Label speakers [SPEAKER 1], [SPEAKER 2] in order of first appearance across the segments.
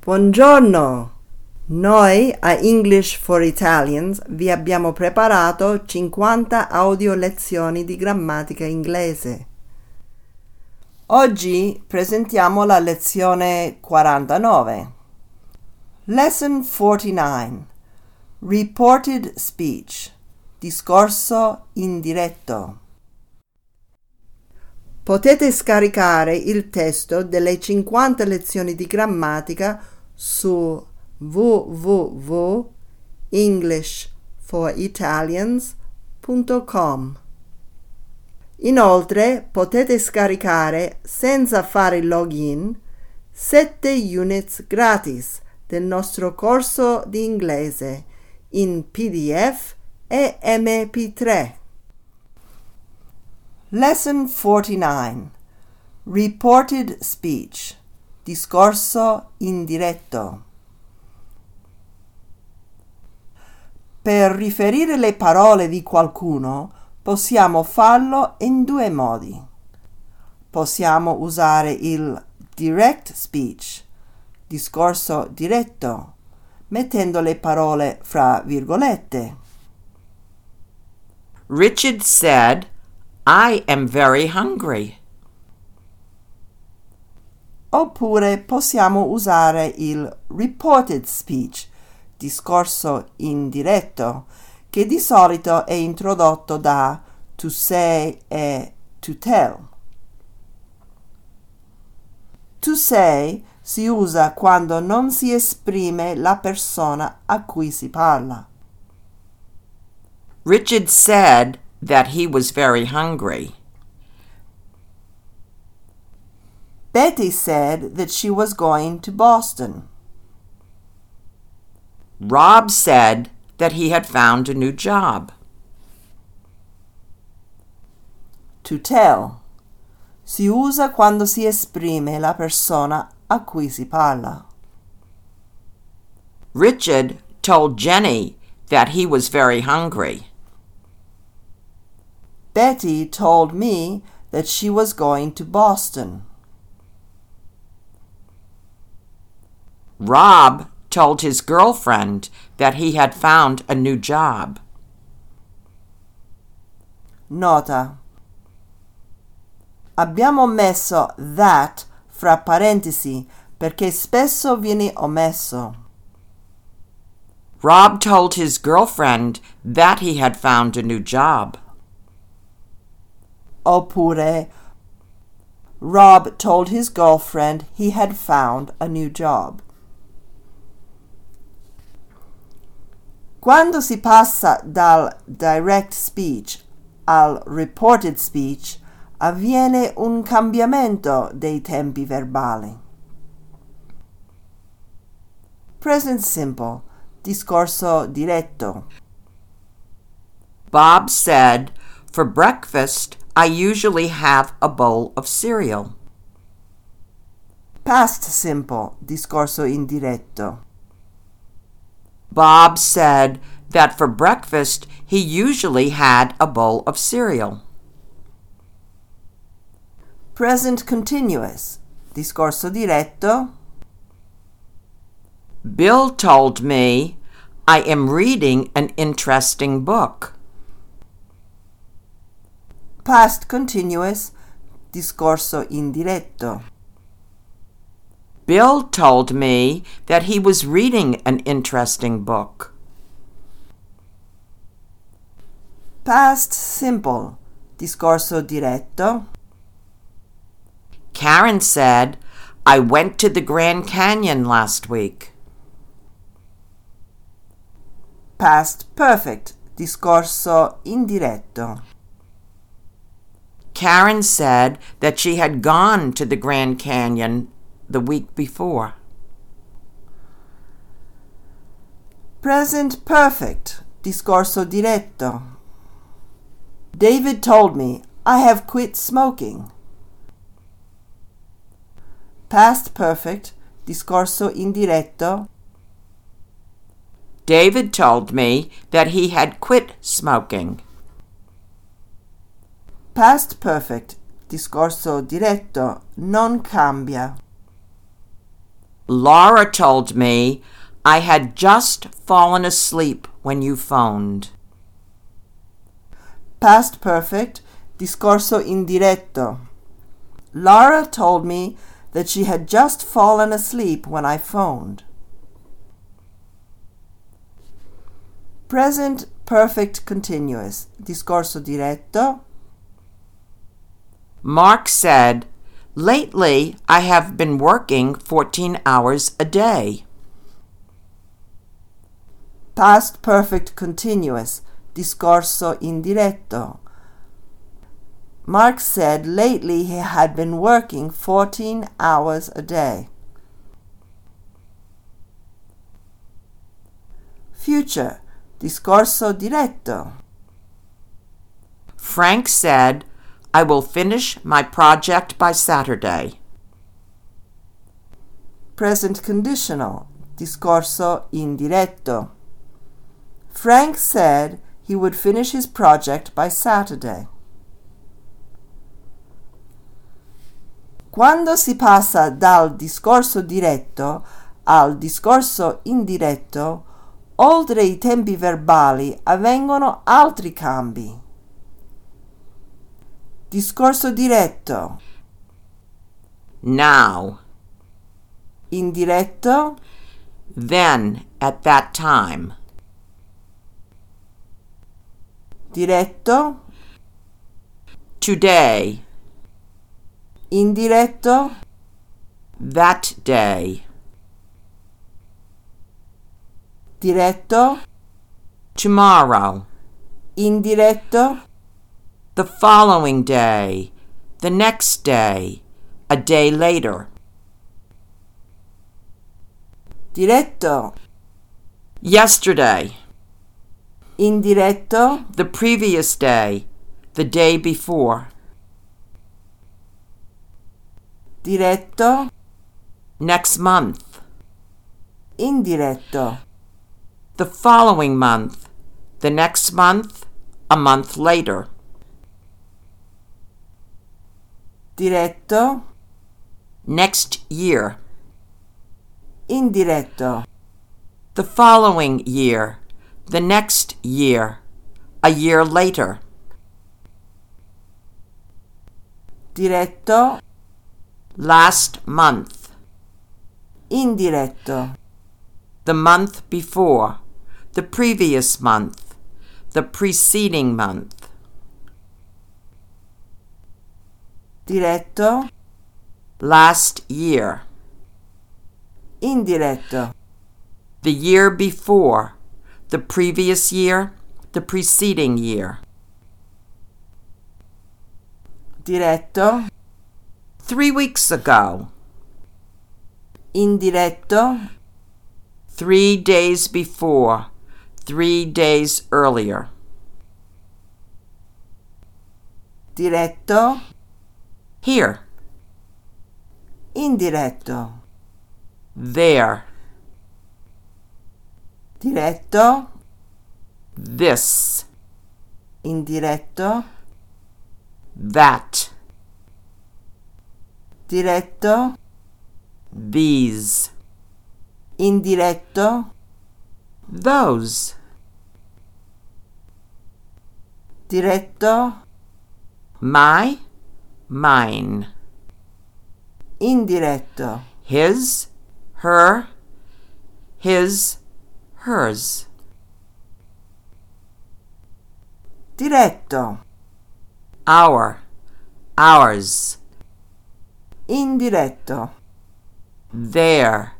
[SPEAKER 1] Buongiorno! Noi a English for Italians vi abbiamo preparato 50 audio lezioni di grammatica inglese. Oggi presentiamo la lezione 49. Lesson 49. Reported speech. Discorso indiretto. Potete scaricare il testo delle 50 lezioni di grammatica su www.englishforitalians.com. Inoltre potete scaricare senza fare login 7 units gratis del nostro corso di inglese in PDF e MP3. Lesson 49 Reported Speech Discorso indiretto Per riferire le parole di qualcuno possiamo farlo in due modi. Possiamo usare il direct speech, discorso diretto, mettendo le parole fra virgolette.
[SPEAKER 2] Richard said, I am very hungry.
[SPEAKER 1] Oppure possiamo usare il reported speech, discorso indiretto, che di solito è introdotto da to say e to tell. To say si usa quando non si esprime la persona a cui si parla.
[SPEAKER 2] Richard said that he was very hungry.
[SPEAKER 1] Betty said that she was going to Boston.
[SPEAKER 2] Rob said that he had found a new job.
[SPEAKER 1] To tell si usa quando si esprime la persona a cui si parla.
[SPEAKER 2] Richard told Jenny that he was very hungry.
[SPEAKER 1] Betty told me that she was going to Boston.
[SPEAKER 2] Rob told his girlfriend that he had found a new job.
[SPEAKER 1] Nota. Abbiamo messo that fra parentesi perché spesso viene omesso.
[SPEAKER 2] Rob told his girlfriend that he had found a new job.
[SPEAKER 1] Oppure Rob told his girlfriend he had found a new job. Quando si passa dal direct speech al reported speech, avviene un cambiamento dei tempi verbali. Present simple, discorso diretto.
[SPEAKER 2] Bob said, For breakfast, I usually have a bowl of cereal.
[SPEAKER 1] Past simple, discorso indiretto.
[SPEAKER 2] Bob said that for breakfast he usually had a bowl of cereal.
[SPEAKER 1] Present continuous, discorso diretto.
[SPEAKER 2] Bill told me I am reading an interesting book.
[SPEAKER 1] Past continuous, discorso indiretto.
[SPEAKER 2] Bill told me that he was reading an interesting book.
[SPEAKER 1] Past simple, discorso diretto.
[SPEAKER 2] Karen said, I went to the Grand Canyon last week.
[SPEAKER 1] Past perfect, discorso indiretto.
[SPEAKER 2] Karen said that she had gone to the Grand Canyon the week before.
[SPEAKER 1] Present perfect, discorso diretto. David told me I have quit smoking. Past perfect, discorso indiretto.
[SPEAKER 2] David told me that he had quit smoking.
[SPEAKER 1] Past perfect, discorso diretto, non cambia.
[SPEAKER 2] Laura told me I had just fallen asleep when you phoned.
[SPEAKER 1] Past perfect, discorso indiretto. Laura told me that she had just fallen asleep when I phoned. Present perfect continuous, discorso diretto.
[SPEAKER 2] Mark said, Lately, I have been working 14 hours a day.
[SPEAKER 1] Past perfect continuous, discorso indiretto. Mark said lately he had been working 14 hours a day. Future, discorso diretto.
[SPEAKER 2] Frank said, I will finish my project by Saturday.
[SPEAKER 1] Present conditional, discorso indiretto. Frank said he would finish his project by Saturday. Quando si passa dal discorso diretto al discorso indiretto, oltre i tempi verbali avvengono altri cambi. Discorso diretto,
[SPEAKER 2] Now,
[SPEAKER 1] indiretto,
[SPEAKER 2] then, at that time,
[SPEAKER 1] diretto,
[SPEAKER 2] today,
[SPEAKER 1] indiretto,
[SPEAKER 2] that day,
[SPEAKER 1] diretto,
[SPEAKER 2] tomorrow,
[SPEAKER 1] indiretto,
[SPEAKER 2] the following day, the next day, a day later.
[SPEAKER 1] diretto,
[SPEAKER 2] Yesterday,
[SPEAKER 1] indiretto,
[SPEAKER 2] the previous day, the day before,
[SPEAKER 1] diretto,
[SPEAKER 2] next month,
[SPEAKER 1] indiretto,
[SPEAKER 2] the following month, the next month, a month later,
[SPEAKER 1] diretto,
[SPEAKER 2] next year,
[SPEAKER 1] indiretto,
[SPEAKER 2] the following year, the next year, a year later,
[SPEAKER 1] diretto,
[SPEAKER 2] last month,
[SPEAKER 1] indiretto,
[SPEAKER 2] the month before, the previous month, the preceding month,
[SPEAKER 1] diretto,
[SPEAKER 2] last year,
[SPEAKER 1] indiretto,
[SPEAKER 2] the year before, the previous year, the preceding year,
[SPEAKER 1] diretto,
[SPEAKER 2] three weeks ago,
[SPEAKER 1] indiretto,
[SPEAKER 2] three days before, three days earlier,
[SPEAKER 1] diretto,
[SPEAKER 2] here,
[SPEAKER 1] indiretto,
[SPEAKER 2] there,
[SPEAKER 1] diretto,
[SPEAKER 2] this,
[SPEAKER 1] indiretto,
[SPEAKER 2] that,
[SPEAKER 1] diretto,
[SPEAKER 2] these,
[SPEAKER 1] indiretto,
[SPEAKER 2] those,
[SPEAKER 1] diretto,
[SPEAKER 2] my, mine.
[SPEAKER 1] indiretto,
[SPEAKER 2] his, her, his, hers,
[SPEAKER 1] diretto,
[SPEAKER 2] our, ours,
[SPEAKER 1] indiretto,
[SPEAKER 2] their,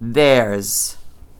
[SPEAKER 2] theirs,